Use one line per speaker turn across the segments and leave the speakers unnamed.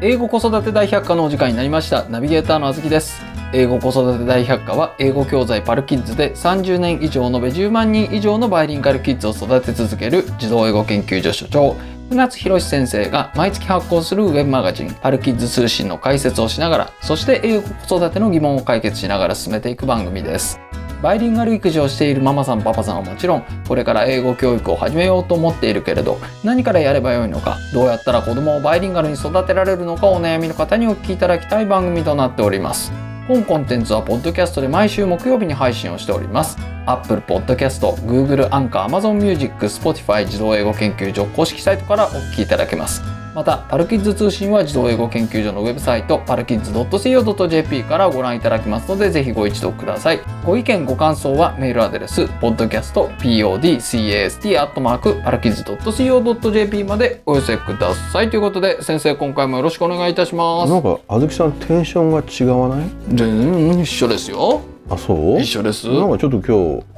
英語子育て大百科のお時間になりましたナビゲーターのあずきです英語子育て大百科は英語教材パルキッズで30年以上延べ10万人以上のバイリンガルキッズを育て続ける児童英語研究所所長船津博史先生が毎月発行するウェブマガジンパルキッズ通信の解説をしながらそして英語子育ての疑問を解決しながら進めていく番組ですバイリンガル育児をしているママさんパパさんはもちろんこれから英語教育を始めようと思っているけれど何からやればよいのかどうやったら子供をバイリンガルに育てられるのかお悩みの方にお聞きいただきたい番組となっております本コンテンツはポッドキャストで毎週木曜日に配信をしております Apple Podcast、Google アンカー、Amazon Music、Spotify 自動英語研究所公式サイトからお聞きいただけますまたパルキッズ通信は自動英語研究所のウェブサイトパルキッズ .co.jp からご覧いただきますのでぜひご一読くださいご意見ご感想はメールアドレス podcastpodcast パルキッズ .co.jp までお寄せくださいということで先生今回もよろしくお願いいたしま
な
す
んかあずきさんテンションが違わない
全然一緒ですよ
あそう
一緒です
なんかちょっと今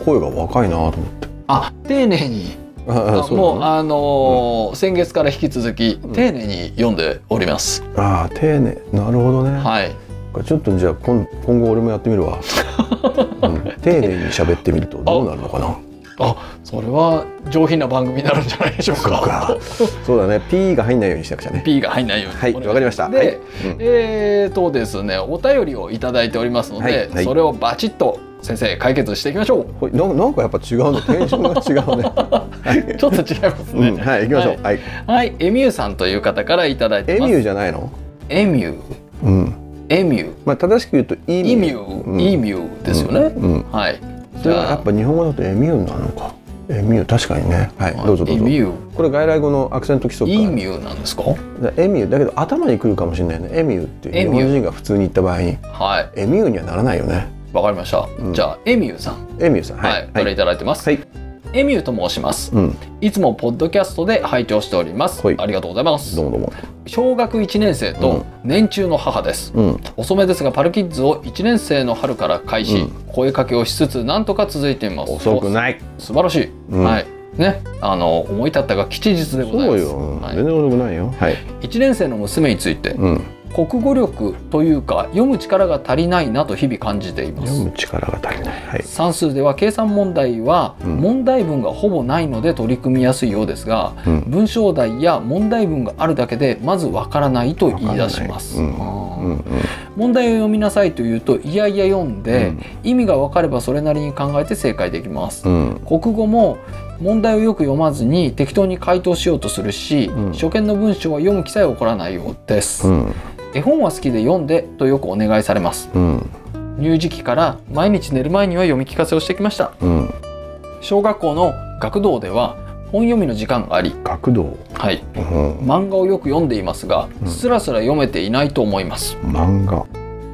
日声が若いなと思って
あ丁寧に
あ
あ
そう
もう
なの
あのー先月から引き続き丁寧に読んでおります、
あー丁寧なるほどね、
はい
ちょっとじゃあ今今後俺もやってみる わ、うん丁寧に喋ってみるとどうなるのかな
あそれは上品な番組になるんじゃないでしょう
そう
か
かそうだね P が入んないようにしなくちゃね
P が入んないように
はい
お願
わかりました
で、
はいうん
えーとですねお便りをいただいておりますので、
はいはい
それをバチッと先生解決していきましょう
ほいなんなんかやっぱ違うのテンション が違うね
ちょっと違います
う
ね、
ん、はい行きましょうはい、
はいエミューさんという方からいただいて
エ
ま
ミ
す
ューじゃないの
エミュー
うん
エミュー
まあ正しく言うとイ
イミュー、
うん
イミューですよね、
うんうん
はい
それはやっぱ日本語だとエミューなのかエミュー確かにねはいどうぞどう
エ
ぞ
ミュー
これ外来語のアクセント規則
イ
か
ミューなんですか
だエミューだけど頭にくるかもしれないねエミューって
エ
日
ミュー
本人が普通に言った場合に
はい
エミューにはならないよね
わかりました、
うん
じゃあエミューさん
エミューさん
はい、
はい
これいただいてます、
はい
エミューと申します
うん
いつもポッドキャストで拝聴しております、
はい
ありがとうございます
どうもどうも
小学1年生と年中の母です、
うん
遅めですがパルキッズを1年生の春から開始、
うん
声かけをしつつなんとか続いています
遅くない
お素晴らしい、
うん
はいねあの思い立ったが吉日でござい
そ
ま
う
す
ようん
は
全
い
然遅くないよはい
1年生の娘について
うん
国語力というか読む力が足りないなと日々感じています
読む力が足りないはい
算数では計算問題は
うん
問題文がほぼないので取り組みやすいようですが、
うん
文章題や問題文があるだけでまずわからないと言い出します、
わから
あー
うんうん
問題を読みなさいと言うといやいや読んで、
うん
意味がわかればそれなりに考えて正解できます、
うん
国語も問題をよく読まずに適当に回答しようとするし、
うん
初見の文章は読む気さえ起こらないようです、
うん
絵本は好きで読んでとよくお願いされます
うん
乳児期から毎日寝る前には読み聞かせをしてきました
うん
小学校の学童では本読みの時間があり、
学童
はい、
うん
漫画をよく読んでいますが
うん
すらすら読めていないと思います
漫画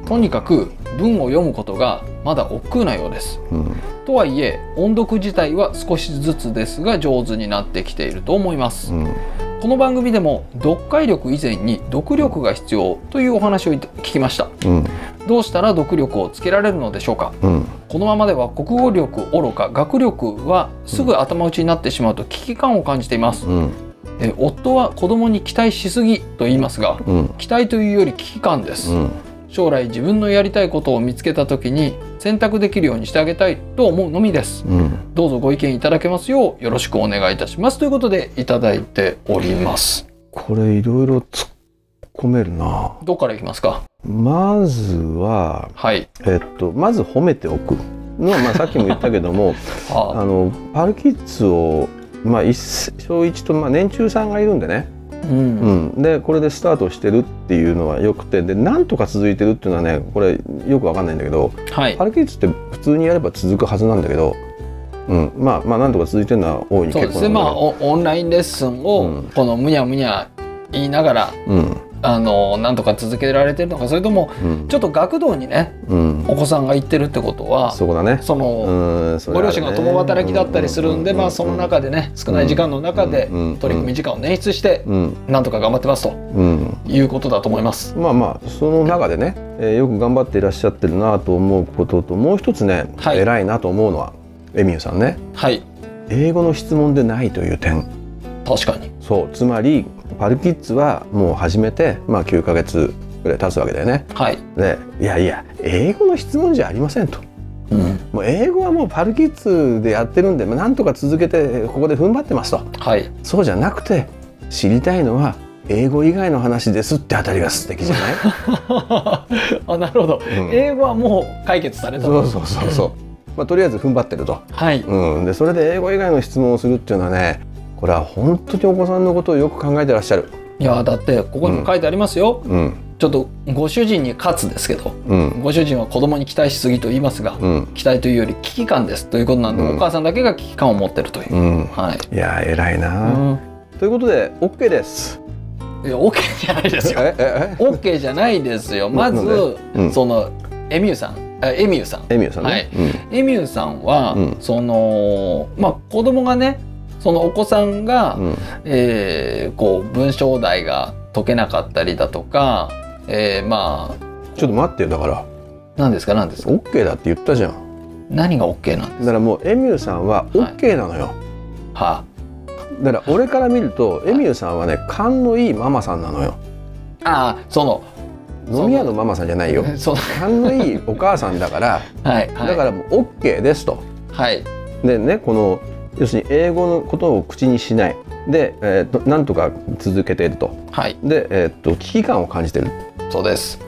とにかく文を読むことがまだ億劫なようです
うん
とはいえ音読自体は少しずつですが上手になってきていると思います
うん
この番組でも読解力以前に読力が必要というお話をいた聞きました
うん
どうしたら読力をつけられるのでしょうか
うん
このままでは国語力おろか学力はすぐ頭打ちになってしまうと危機感を感じています
うん
え夫は子供に期待しすぎと言いますが
うん
期待というより危機感です、
うん
将来自分のやりたいことを見つけた時に選択できるようにしてあげたいと思うのみです
うん
どうぞご意見いただけますようよろしくお願いいたしますということでいただいております
これいろいろ突っ込めるな
どっからいきますか
まずは
はい
えっと、まず褒めておくのは、まあ、さっきも言ったけども
あ
あのパルキッズを、まあ、一小1と、まあ、年中さんがいるんでね、
うん
う、ん、でこれでスタートしてるっていうのはよくてでなんとか続いてるっていうのはねこれよくわかんないんだけど
はい
パルキッズって普通にやれば続くはずなんだけど、うん、まあまあなんとか続いてるのは大いに
そうで
結構
すね
なんだけど
まあオオンラインレッスンを、
うん
このむにゃむにゃ言いながら
うん
あのなんとか続けられてるのかそれとも
うん
ちょっと学童にね
うん
お子さんが行ってるってことは
そこだね
その、
うんそれ
ご
あるね
両親が共働きだったりするんで、まあ、その中でね少ない時間の中で
うん
取り組み時間を捻出して
うん
なんとか頑張ってますと
うん
いうことだと思います。
まあまあその中でね、えーよく頑張っていらっしゃってるなと思うことともう一つね、
はい
偉いなと思うのはエミューさんね
はい
英語の質問でないという点
確かに
そうつまりパルキッズはもう始めて、まあ、9ヶ月ぐらい経つわけだよね。
はい。
でいやいや英語の質問じゃありませんと。
うん。
もう英語はもうパルキッズでやってるんで、まあ、なんとか続けてここで踏ん張ってますと
はい。
そうじゃなくて知りたいのは英語以外の話ですってあたりが素敵じゃない、
あ、なるほど。
うん
英語はもう解決された
そ
と
うそうそうそう、まあ、とりあえず踏ん張ってると、
はい。
うん、でそれで英語以外の質問をするっていうのはねこれは本当にお子さんのことをよく考えてらっしゃる。
いやだってここにも書いてありますよ、
うん
ちょっとご主人に勝つですけど
うん
ご主人は子供に期待しすぎと言いますが、
うん
期待というより危機感ですということなんで、
うん
お母さんだけが危機感を持ってるという、
うん
はい、
いや偉いな、ということで OK です。
いや OK じゃないですよ
ええ
OK じゃないですよ
な
まず、
えうん
そのエミューさんあエミューさん
エミューさんね。
はいエミューさんは、
うん
そのまあ子供がねそのお子さんが、
うんうん
えーこう文章題が解けなかったりだとか、えーまあ
ちょっと待ってよだから
何ですか何ですか
OK だって言ったじゃん。
何が OK なんです
だからもうエミューさんは OK なのよ、
か、は
だから俺から見るとエミューさんはね勘のいいママさんなのよ
あ、ああその
飲み屋のママさんじゃないよ
その
勘のいいお母さんだから
はいはい
だからもう OK ですと。
はい
でねこの要するに英語のことを口にしないで、えー、となんとか続けていると
はい
で、えー、と危機感を感じてる
そうです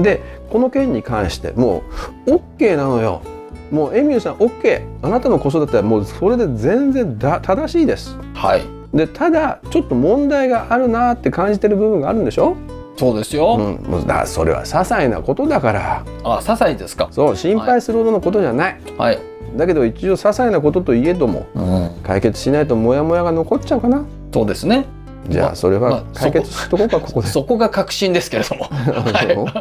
でこの件に関してもう OK なのよもうエミューさん OK あなたの子育てはもうそれで全然だ正しいです
はい
でただちょっと問題があるなって感じてる部分があるんでしょ、
そうです
う
よ、
ん、もうだそれは些細なことだから
ああ些細ですか
そう心配するほどのことじゃない、
はい、
だけど一応些細なことといえども
うん、
解決しないとモヤモヤが残っちゃうかな
そうですね
じゃあそれ
まあ
は解決
そ
しとこうかここで。
そこが確信ですけれど も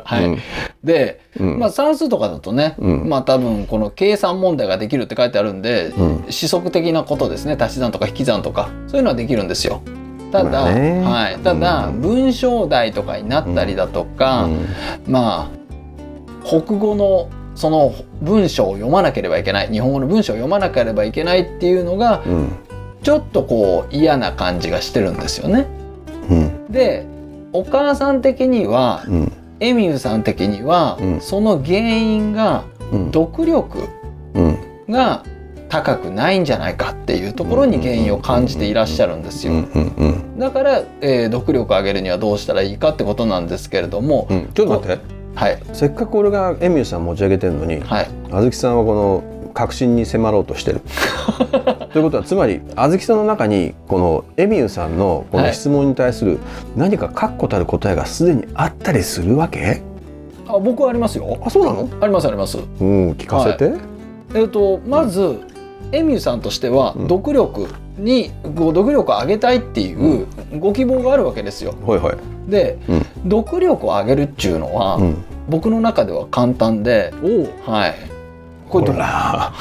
はい、
うん
で、
うん
まあ、算数とかだとね、
うん
まあ多分この計算問題ができるって書いてあるんで、
うん
指則的なことですね足し算とか引き算とかそういうのはできるんですよ。ただ、
まあね
はい、ただ、
うん
文章題とかになったりだとか、
うん
まあ国語のその文章を読まなければいけない日本語の文章を読まなければいけないっていうのが
うん
ちょっとこう嫌な感じがしてるんですよね。
うん
でお母さん的には
うん
エミューさん的には、
うん
その原因が
うん
読力
うん
が高くないんじゃないかっていうところに原因を感じていらっしゃるんです
う
よ。
んうん
だから、えー読力を上げるにはどうしたらいいかってことなんですけれども、
うんちょっと待って
はい
せっかく俺がエミューさん持ち上げてるのに
はい
あずきさんはこの確信に迫ろうとし てる。ということはつまりあずきさんの中にこのエミューさんのこ
は
の
い
質問に対する何か確固たる答えがすでにあったりするわけ
あ僕はありますよ。
あそうなの
ありますあります。
うん聞かせて。
えっとまず、エミューさんとしては
うん
読力に、こう読力を上げたいっていうご希望があるわけですよ。
はいはい。
で、
うん
読力を上げるっちゅうのは、
うん、
僕の中では簡単で、
おお
はい。こ
ほ
れ
ら。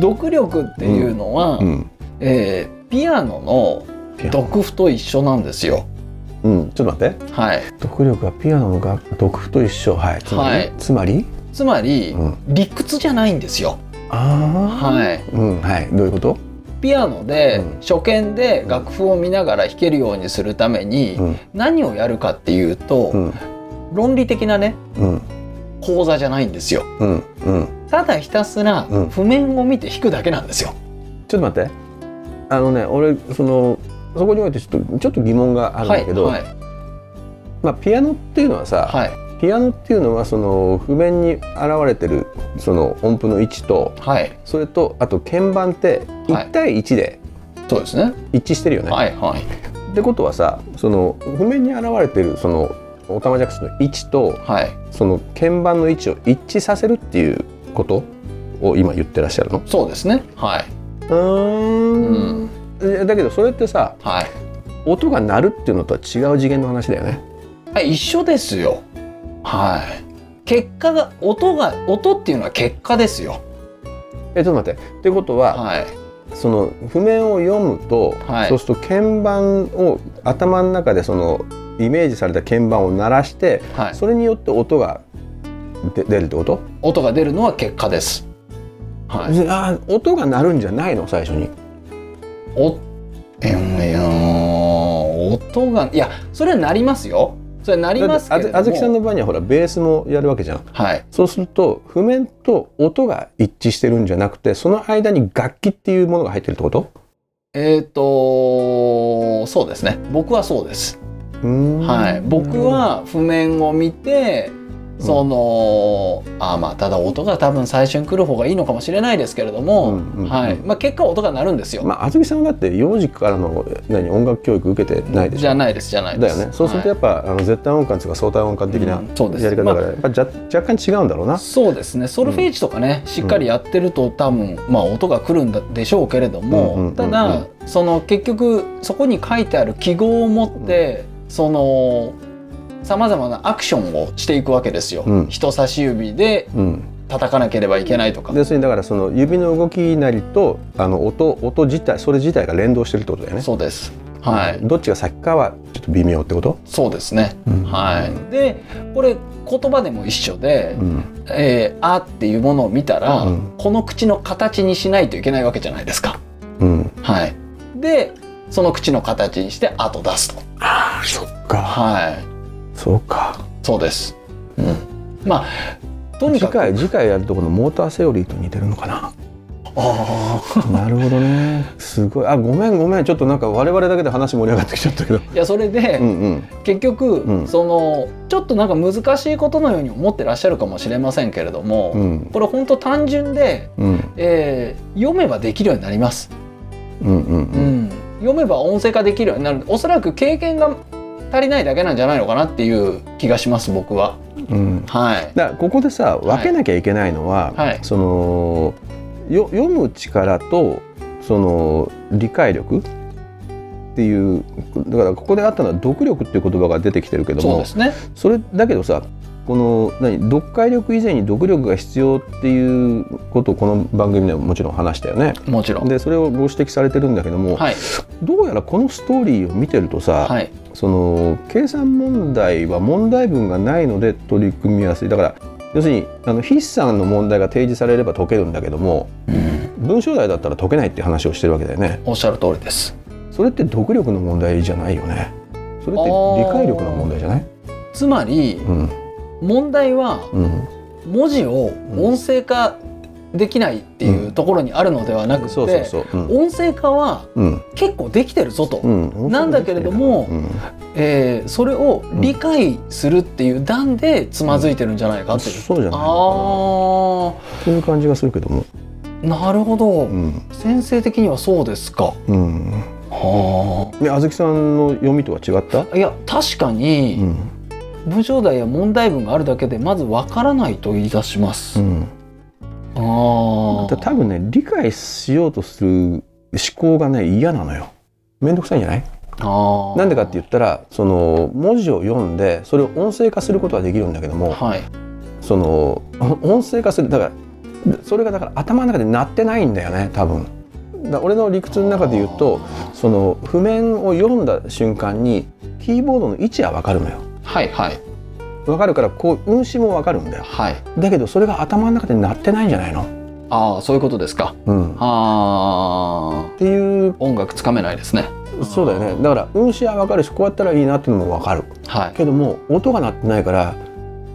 読力っていうのは、
うん
えーピアノの
ピアノ
読譜と一緒なんですよ。
うんちょっと待って。
はい。
読力はピアノの楽読譜と一緒はいつまり、
はい
つまり
つまり、
うん
理屈じゃないんですよ。
ああ
はい。
うんはいどういうこと
ピアノで、
うん
初見で楽譜を見ながら弾けるようにするために、
うん
何をやるかっていうと、
うん
論理的なね
うん
講座じゃないんですよ
うんうん
ただひたすら
うん
譜面を見て弾くだけなんですよ、
ちょっと待ってあのね俺そのそこにおいてちょっとちょっと疑問があるん
は
だ
い
けど、
はい
まあ、ピアノっていうのはさ、
はい
ピアノっていうのはその譜面に現れてるその音符の位置と
はい
それとあと鍵盤って
はい
1対1で
そうですね
一致してるよね。
はいはい
ってことはさその譜面に現れてるそのオタマジャクシの位置と
はい
その鍵盤の位置を一致させるっていうことを今言ってらっしゃるの
そうですねはい
うんえだけどそれってさ
はい、
音が鳴るっていうのとは違う次元の話だよね。
はい、一緒ですよはい結果が音が音っていうのは結果ですよ
えちょっと待ってってことは、
はい
その譜面を読むと、
はい
そうすると鍵盤を頭の中でそのイメージされた鍵盤を鳴らして、
はい
それによって音がで出るってこと、
音が出るのは結果ですはい
あー音が鳴るんじゃないの最初に。
おえーいやー音がいやそれはなりますよそれはなりますけ
だっ
れど
て
も
あずきさんの場合にはほらベースもやるわけじゃん
はい
そうすると譜面と音が一致してるんじゃなくてその間に楽器っていうものが入ってるってこと
えっ、とそうですね僕はそうです、はい、僕は譜面を見て
うん
その、あーまあただ音が多分最初に来る方がいいのかもしれないですけれども、
うんうんうん
はいまあ、結果音が鳴るんですよ、
まあ、あずきさんはだって幼児からの何音楽教育受けてないでし
じ
ょ
ゃないですじゃないで
だよ
す
ねそうするとやっぱ、あの絶対音感というか相対音感的な
うんそうです
やり方だから、やっぱじゃ若干違うんだろうな
そうですねソルフェージとかね、しっかりやってると多分、まあ、音が来るんだでしょうけれども、
うんうんうんうん
ただその結局そこに書いてある記号を持って、そのさまざまなアクションをしていくわけですよ、
うん
人差し指で
うん、
叩かなければいけないとか、
要するにだからその指の動きなりとあの音音自体それ自体が連動してるってことだよね
そうですはい
どっちが先かはちょっと微妙ってこと、
そうですね、はいでこれ言葉でも一緒で「
うん
えーあ」っていうものを見たら、
うん
この口の形にしないといけないわけじゃないですか
うん、
はい、でその口の形にして後出すと
そっか
はい
そうか
そうです、うん、まあとに
次
かく
回次回やるとこのモーターセオリーと似てるのかな
あ
なるほどねすごいあごめんごめんちょっとなんか我々だけで話盛り上がってきちゃったけど
ーいやそれで、
うんうん
結局、
うん
そのちょっとなんか難しいことのように思ってらっしゃるかもしれませんけれども、
うん
これ本当単純で、
うん
えー読めばできるようになります、
うんうん
う
うん
ん、読めば音声化できるようになるおそらく経験が足りないだけなんじゃないのかなっていう気がします僕は
うん
はい
だからここでさ分けなきゃいけないのは、
はい
そのよ読む力とその理解力っていうだからここであったのは読力っていう言葉が出てきてるけど
そう
も
ですね
それだけどさこの何読解力以前に読力が必要っていうことをこの番組でももちろん話したよね。
もちろん
でそれをご指摘されてるんだけども、
はい
どうやらこのストーリーを見てるとさ、
はい
その計算問題は問題文がないので取り組みやすいだから要するにあの筆算の問題が提示されれば解けるんだけども文章題だったら解けないって話をしてるわけだよね
おっしゃる通りです
それって読力の問題じゃないよねそれって
あー
理解力の問題じゃない
つまり
うん
問題は
うん
文字を音声化できないっていうところにあるのではなく
そうそう
て
そううん
音声化は
うん
結構できてるぞと、
うん
なんだけれども
うん
えーそれを理解するっていう段でつまずいてるんじゃないかっていう。
そうじゃない
あ
そういう感じがするけども
ーなるほど、
うん
先生的にはそうですか。
うん
は
ねあずきさんの読みとは違った
あいや確かに、
うん
文章題や問題文があるだけでまずわからないと言い出します。
うん
ああ。
だ多分ね理解しようとする思考がね嫌なのよめんどくさいんじゃない
あー
なんでかって言ったらその文字を読んでそれを音声化することはできるんだけども
はい。
その音声化するだからそれがだから頭の中で鳴ってないんだよね多分だから俺の理屈の中で言うとその譜面を読んだ瞬間にキーボードの位置は分かるのよ
はいはい
分かるからこう運指も分かるんだよ
はい。
だけどそれが頭の中で鳴ってないんじゃないの、
ああそういうことですか。
うん、っ
ああ
ていう
音楽つかめないですね。
そうだよねだから運指は分かるしこうやったらいいなっていうのも分かる
はい。
けども音が鳴ってないから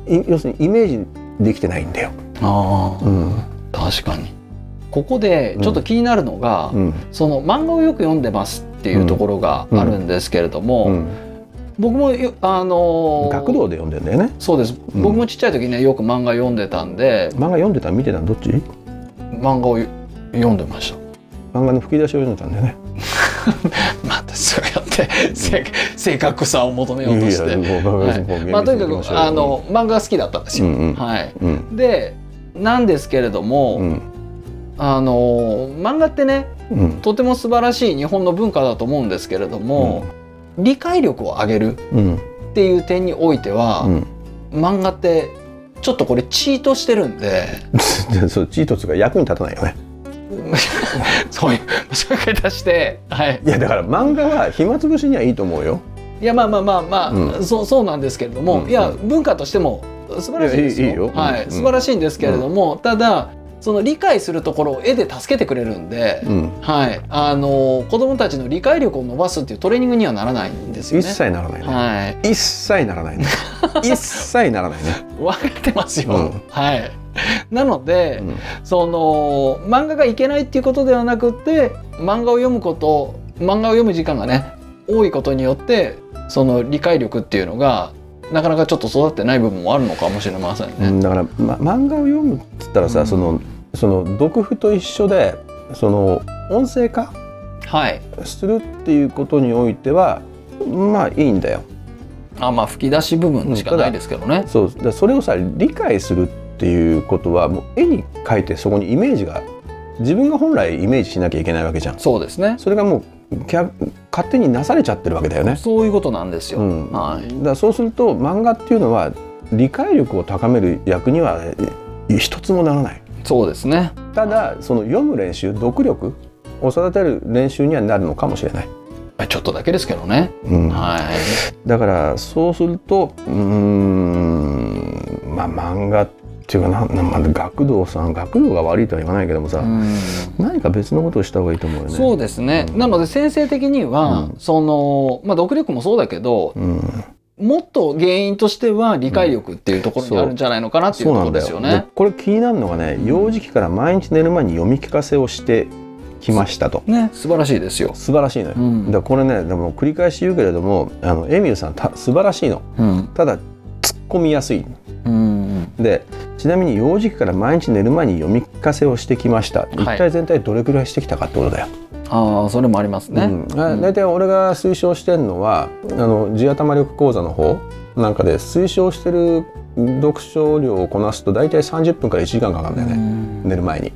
い要するにイメージできてないんだよ。
あ
うん
あ確かに。ここでちょっと気になるのが、
うん
その漫画をよく読んでますっていうところがあるんですけれども、
うん、
僕もよあのー
学童で読んでんだよね。
そうです、
ん
僕もちっちゃい時にねよく漫画読んでたんで
漫画読んでた見てたのどっち
漫画をよ読んでました。
漫画の吹き出しを読んでたんだよね。
またそうやって正正確さを求めようとして。はいまあ、とにかくあ、の漫画が好きだったんです
う
よ。
んうん
はい、
うん
でなんですけれども、
うん
あの漫画ってね
うん
とても素晴らしい日本の文化だと思うんですけれども、理解力を上げる
うん
っていう点においては、
うん。
漫画ってちょっとこれチートしてるんで
でそうチートつが役に立たないよね。
そういうそういう形して、はい、
いやだから漫画は暇つぶしにはいいと思うよ。
いやまあまあまあまあ、
う
そうそうなんですけれども、
うん
いや文化としても素晴らしいですよ
いやいいいいよ
はい
うん
素晴らしいんですけれども、ただその理解するところを絵で助けてくれるんで、
うん、
はい、あの子どもたちの理解力を伸ばすっていうトレーニングにはならないんですよ
一
ね。
切ならないね、
はい、
一切な らないね一切ならないね、
分かってますよ、
うん
はいなので、
うん
その漫画がいけないっていうことではなくて漫画を読むこと漫画を読む時間がね多いことによってその理解力っていうのがなかなかちょっと育ってない部分もあるのかもしれません
う
ね。
んだから、ま、漫画を読むっつったらさ、
うん
そのその読譜と一緒でその音声化
はい
するっていうことにおいてはまあいいんだよ。
あまあ吹き出し部分しかないですけどね。
そうだそれをさ理解するっていうことはもう絵に描いてそこにイメージが自分が本来イメージしなきゃいけないわけじゃん。
そうですね。
それがもうキャ勝手になされちゃってるわけだよね。
そういうことなんですよ。
うん
はい。
だからそうすると漫画っていうのは理解力を高める役にはえ一つもならない。
そうですね。
ただその読む練習読力を育てる練習にはなるのかもしれない、
まあちょっとだけですけどね。
うん
はい。
だからそうするとうーんまあ漫画っていうかななまあ学童さん学童が悪いとは言わないけどもさ、
うん
何か別のことをした方がいいと思うよね
そうですね、
うん
なので先生的には、
う
そのまあ読力もそうだけど
うん、
もっと原因としては理解力っていうところにあるんじゃないのかなっていう
そう
とこ
な
ろ
ん
で
だ
す
よ
よ
で
ね。
これ気になるのがね幼児期から毎日寝る前に読み聞かせをしてきましたと
ね素晴らしいですよ。
素晴らしいのよ、
うん
だからこれねでも繰り返し言うけれどもあのエミューさんた素晴らしいの
うん
ただ突っ込みやすい
うん
でちなみに幼児期から毎日寝る前に読み聞かせをしてきました、
い
一体全体どれくらいしてきたかってことだよ、
ああそれもありますね。
うんあ大体俺が推奨してるのはあの地頭力講座の方なんかで推奨してる読書量をこなすと大体30分から1時間かかるんだよ
う
ね、
ん
寝る前に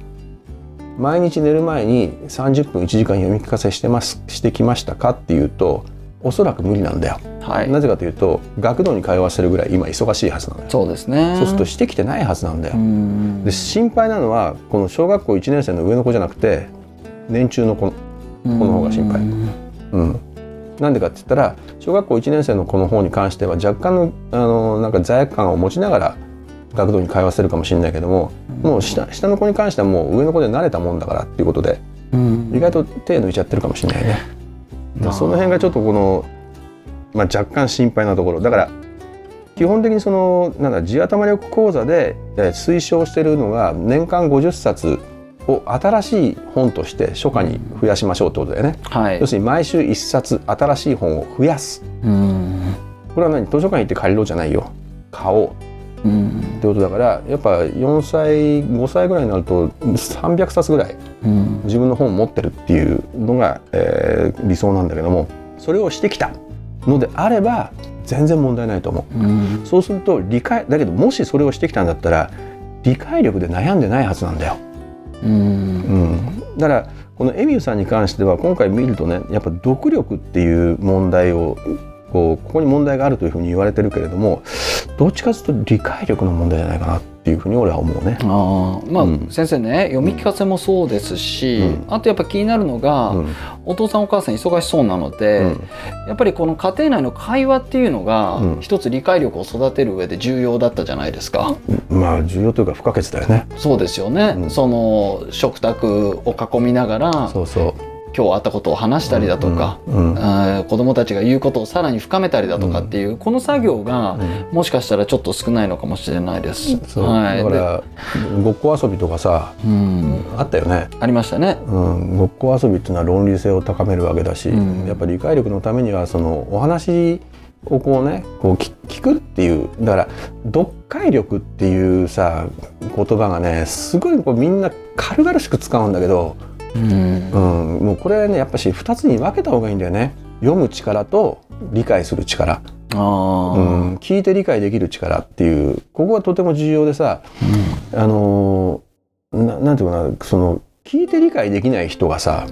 毎日寝る前に30分1時間読み聞かせしてますしてきましたかっていうとおそらく無理なんだよ、
はい、
なぜかというと学童に通わせるぐらい今忙しいはずなんだよ、
そうですね。
そうするとしてきてないはずなんだよ、
うん
で心配なのはこの小学校1年生の上の子じゃなくて年中の子、の方が心配
うん
うん、なんでかって言ったら小学校1年生の子の方に関しては若干のあのなんか罪悪感を持ちながら学童に通わせるかもしれないけどももう下下の子に関してはもう上の子で慣れたもんだからっていうことで
うん
意外と手抜いちゃってるかもしれないね。だから
あー
その辺がちょっとこの、まあ、若干心配なところだから基本的にそのなんだ地頭力講座でえー推奨してるのが年間50冊を新しい本として初夏に増やしましょうってことだよね。
はい
要するに毎週1冊新しい本を増やす。
うん
これは何図書館行って借りろじゃないよ。買おうっ
うん
てことだからやっぱ4歳5歳ぐらいになると300冊ぐらい
うん
自分の本を持ってるっていうのが、えー理想なんだけどもそれをしてきたのであれば全然問題ないと思
うん
うそうすると理解だけどもしそれをしてきたんだったら理解力で悩んでないはずなんだよ、
うん
うん、だからこのエミューさんに関しては今回見るとねやっぱ読力っていう問題をこうここに問題があるというふうに言われてるけれどもどっちかというと理解力の問題じゃないかなっていうふうに俺は思うね。
あーまあ、
うん
先生ね読み聞かせもそうですし、
うん
あとやっぱ気になるのが、
うん
お父さんお母さん忙しそうなので、
うん
やっぱりこの家庭内の会話っていうのが、
うん
一つ理解力を育てる上で重要だったじゃないですか。
まあ重要というか不可欠だよね。
そうですよね、
うん
その食卓を囲みながら今
そうそう
日あったことを話したりだとか、
うんうん
あー子どもたちが言うことをさらに深めたりだとかっていう、この作業が、もしかしたらちょっと少ないのかもしれないです。
そう、
はい、
だか
で
らごっこ遊びとかさ
うん、
あったよね、
ありましたね。
うん、ごっこ遊びっていうのは論理性を高めるわけだし、
うん
やっぱり理解力のためにはそのお話をこうねこう聞聞くっていうだから読解力っていうさ言葉がねすごいこうみんな軽々しく使うんだけど、
うん
うん、もうこれはねやっぱし2つに分けた方がいいんだよね読む力と理解する力、
あー
うん、聞いて理解できる力っていうここはとても重要でさ
うん
あのーななんていうかなその聞いて理解できない人がさ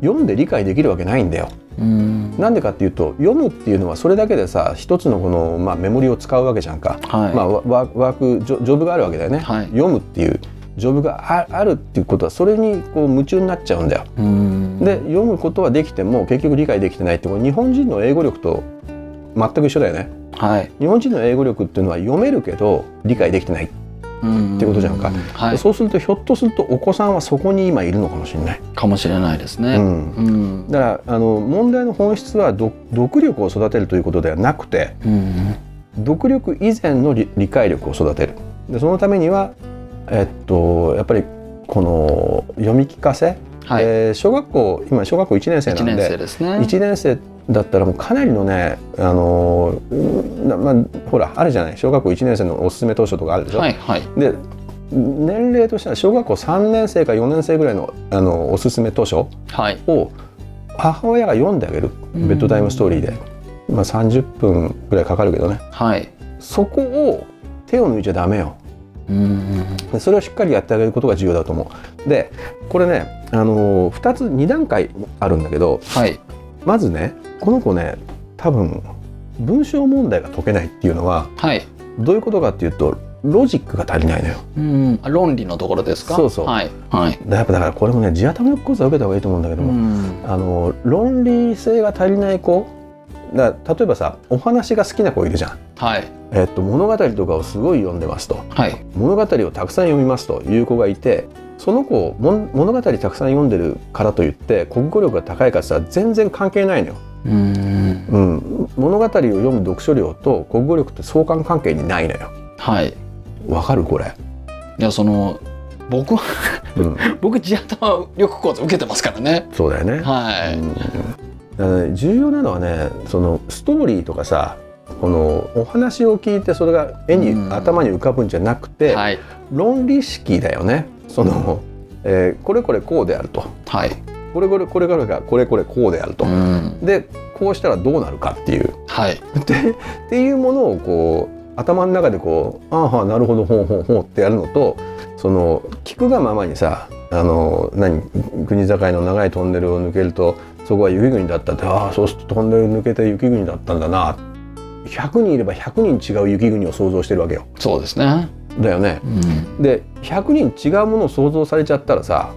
読んで理解できるわけないんだよ。
うん
なんでかっていうと読むっていうのはそれだけでさ一つのこの、まあ、メモリを使うわけじゃんか、
はい、
まあ、ワワワークジョジョブがあるわけだよね、
はい
読むっていうジョブがああるっていうことはそれにこう夢中になっちゃうんだよ。
うん
で読むことはできても結局理解できてないってこれ日本人の英語力と全く一緒だよね。
はい、
日本人の英語力っていうのは読めるけど理解できてないっ
うん
ってことじゃんか
はい、
そうするとひょっとするとお子さんはそこに今いるのかもしれない。
かもしれないです
う
ね。
ん
うん
だからあの問題の本質はど読力を育てるということではなくて
うん
読力以前の理理解力を育てるでそのためには、えっと、やっぱりこの読み聞かせ、
はい、
えー小学校今小学校1年生な
一
んで
年生ですね。
1年生だったらもうかなりのねあのーなまあほらあるじゃない小学校1年生のおすすめ図書とかあるでしょ、
はいはい
で年齢としては小学校3年生か4年生ぐらいのあのおすすめ図書
はい。
を母親が読んであげる
うん
ベッドタイムストーリーで、まあ、30分ぐらいかかるけどね
はい。
そこを手を抜いちゃダメよ
うん
でそれをしっかりやってあげることが重要だと思うでこれねあのー2つ2段階あるんだけど
はい。
まずねこの子ね多分文章問題が解けないっていうのは
はい。
どういうことかっていうとロジックが足りないのよ
うん、あ論理のところですか。
そうそう
はい。はい。
だやっぱだからこれもね地頭力講座受けた方がいいと思うんだけど
う
も、
ん。
あの論理性が足りない子だ例えばさお話が好きな子いるじゃん、
はい。
えっと、物語とかをすごい読んでますと
はい。
物語をたくさん読みますという子がいてその子をもん物語たくさん読んでるからといって国語力が高いかさ全然関係ないのよ、
うん。
うん、物語を読む読書量と国語力って相関関係にないのよ
はい。い
わかるこれ、
や、その。僕は、
うん、
僕、地頭力講座受けてますからね。
そうだよね、
はい。
うんだからね重要なのはねそのストーリーとかさこのお話を聞いてそれが絵に、
うん
頭に浮かぶんじゃなくて、
はい。
論理式だよねその、えーこれこれこうであると
はい。
これこれこれこれがこれこれこうであると、
うん。
でこうしたらどうなるかっていう
はい。
っていうものをこう頭の中でこう「ああなるほどほうほうほう」ってやるのとその聞くがままにさあの何国境の長いトンネルを抜けるとそこは雪国だったってああそうするとトンネル抜けて雪国だったんだな100人いれば100人違う雪国を想像してるわけよ
そうですね。
だよね
うん。
で100人違うものを想像されちゃったらさ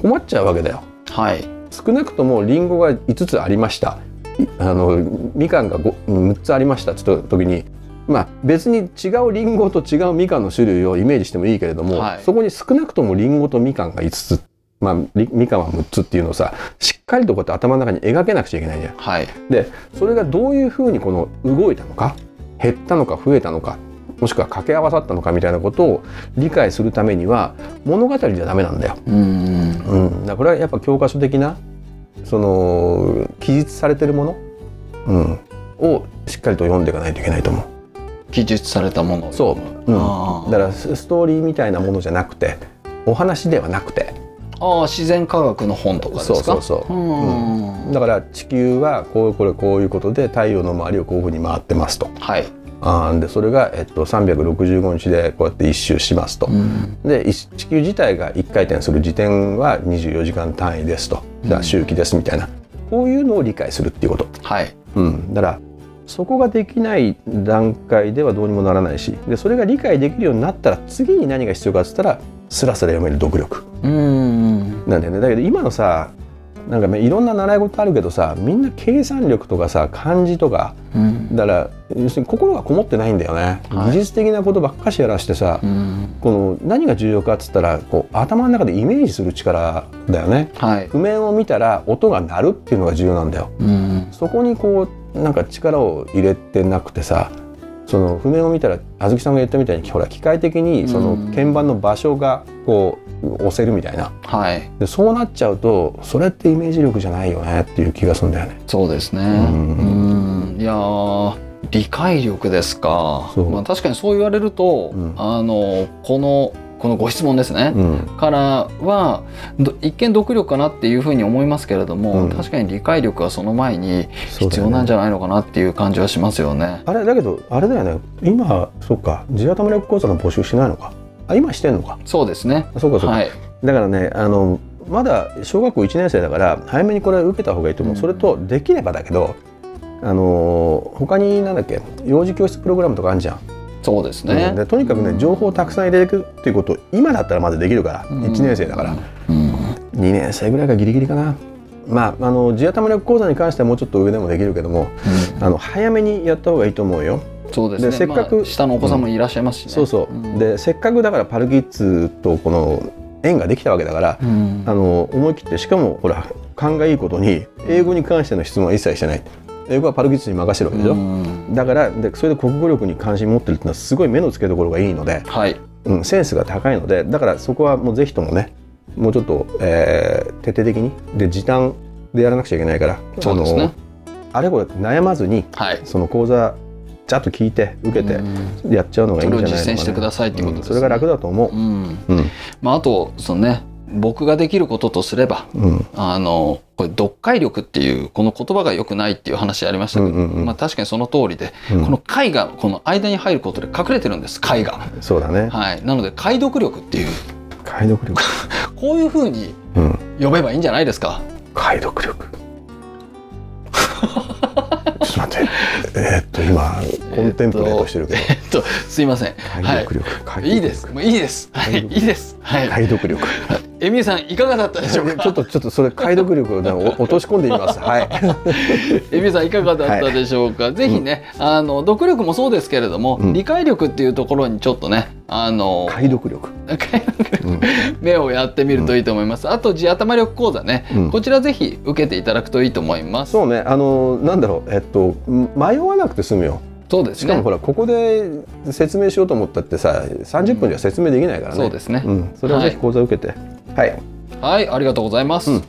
困っちゃうわけだよ
はい。
少なくともリンゴが5つありましたいあのみかんが 6, 6つありましたって時に、まあ、別に違うリンゴと違うみかんの種類をイメージしてもいいけれども、
はい
そこに少なくともリンゴとみかんが5つ、まあ、りみかんは6つっていうのをさしっかりとこうやって頭の中に描けなくちゃいけないじゃん。
はい。
でそれがどういうふうにこの動いたのか減ったのか増えたのかもしくは掛け合わさったのかみたいなことを理解するためには物語じゃダメなんだよ。
うん。
うん、だからこれはやっぱ教科書的なその記述されてるもの、うん、をしっかりと読んでいかないといけないと思う。
記述されたもの。
そう、
あ
うん、
ー
だからスストーリーみたいなものじゃなくてお話ではなくて
ああ、自然科学の本とかです
そ
か。
うそうそうう、
ん。
だから地球はこうこれこういうことで太陽の周りをこういうふうに回ってますと
はい。
あーでそれが、えっと、365日でこうやって一周しますと
う、ん。
でい地球自体が1回転する時点は24時間単位ですとだから周期ですみたいな、こういうのを理解するっていうこと。
はい。
うん、だからそこができない段階ではどうにもならないしでそれが理解できるようになったら次に何が必要かっつったらスラスラ読める読力
うん。
なんだよねだけど今のさなんかねいろんな習い事あるけどさみんな計算力とかさ漢字とか
うん。
だから要するに心がこもってないんだよね、
はい
技術的なことばっかしやらしてさ、
うん。
この何が重要かっつったらこう頭の中でイメージする力だよね
はい。
譜面を見たら音が鳴るっていうのが重要なんだよ
うん。
そこにこうなんか力を入れてなくてさその譜面を見たらあずきさんが言ったみたいにほら機械的にそ
う
の
ん
鍵盤の場所がこう押せるみたいな
はい。
でそうなっちゃうとそれってイメージ力じゃないよねっていう気がするんだよね。
そうですね。
ん
うん。いやー。理解力ですか
そう。
まあ、確かにそう言われると、
うん
あの、この、このご質問ですね。
うん
からはど一見読力かなっていうふうに思いますけれども、
うん
確かに理解力はその前に
そうだ
必
よ
要
ね
なんじゃないのかなっていう感じはしますよね。
あれだけどあれだよね今そっか地頭力講座の募集しないのかあ今してんのか
そうですね。
あそうかそうか、
はい。
だからねあのまだ小学校1年生だから早めにこれは受けた方がいいと思う、
うん
それとできればだけどあの他になんだっけ幼児教室プログラムとかあるじゃん、
そうです
う
ね
ん。でとにかくね情報をたくさん入れていくっていうことを今だったらまだできるから、
うん
1年生だから、
うん。
2年生ぐらいがギリギリかなまああの地頭力講座に関してはもうちょっと上でもできるけどもあの早めにやった方がいいと思うよ
うんそうですね。
せっかく
まあ下のお子さんもいらっしゃいますしね。
そうそう、
ん、
でせっかくだからパルキッズとこの縁ができたわけだから、
うん、
あの思い切ってしかもほら勘がいいことに英語に関しての質問は一切してない英語はパルキッズに任せるわけでしょ、
うん
だからでそれで国語力に関心持ってるっていうのはすごい目の付けどころがいいので、
はい。
うん、センスが高いのでだからそこはもうぜひともねもうちょっと、えー徹底的にで時短でやらなくちゃいけないから
そうですね。
あのあれこれ悩まずに
はい。
その講座ちゃんと聞いて受けて
うん
やっちゃうのがい
そ
い
れを
んじゃないのかな、
実践してくださいっていうこと
うん
です、
そ
ね
れが楽だと思う
う、ん。
うん
まああとそのね、僕ができることとすれば、
うん
あのこれ読解力っていうこの言葉が良くないっていう話ありましたけど、
うんうんうん
まあ確かにその通りで、
うん
この解がこの間に入ることで隠れてるんです解が。
そうだね
はい。なので解読力っていう
解読力、
こういうふうに
うん、
呼べばいいんじゃないですか。
解読力 ちょっと待ってえーっと今コンテンプレートしてるけど、
えっとすいません。は
解
い。
読力、解読力
いいです。もういいです。はい。い
解
い
読力
です。はい。
解読力
エミさんいかがだったでしょうか。
ちょっとちょっとそれ解読力をねお落とし込んでみます。 はい。
エミさんいかがだったでしょうか、ぜひね、あの読力もそうですけれども、
うん
理解力っていうところにちょっとねあの
解読力。
解読
うん
目をやってみるといいと思います、あと地頭力講座ね、
うん
こちらぜひ受けていただくといいと思います
そうね。あのなんだろうえっと迷わなくて済むよ。
そうです
しかも
ね
ほらここで説明しようと思ったってさ30分じゃ説明できないからね。
そうですね
うん。それをぜひ講座受けて。はい。
はいありがとうございます、
うん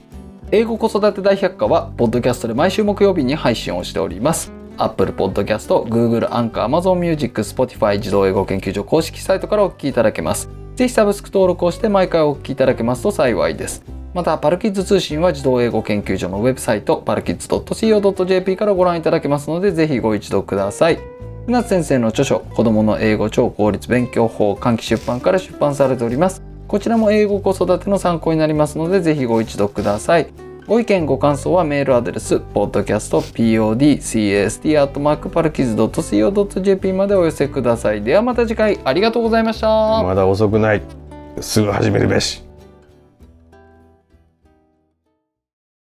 英語子育て大百科はポッドキャストで毎週木曜日に配信をしております Apple Podcast、Google アンカー、Amazon Music、Spotify 自動英語研究所公式サイトからお聞きいただけますぜひサブスク登録をして毎回お聞きいただけますと幸いですまたパルキッズ通信は自動英語研究所のウェブサイトパルキッズ .co.jp からご覧いただけますのでぜひご一読ください船津先生の著書子供の英語超効率勉強法換気出版から出版されておりますこちらも英語子育ての参考になりますのでぜひご一読くださいご意見ご感想はメールアドレス podcastpodcast.co.jp までお寄せくださいではまた次回ありがとうございました
まだ遅くない。すぐ始めるべし。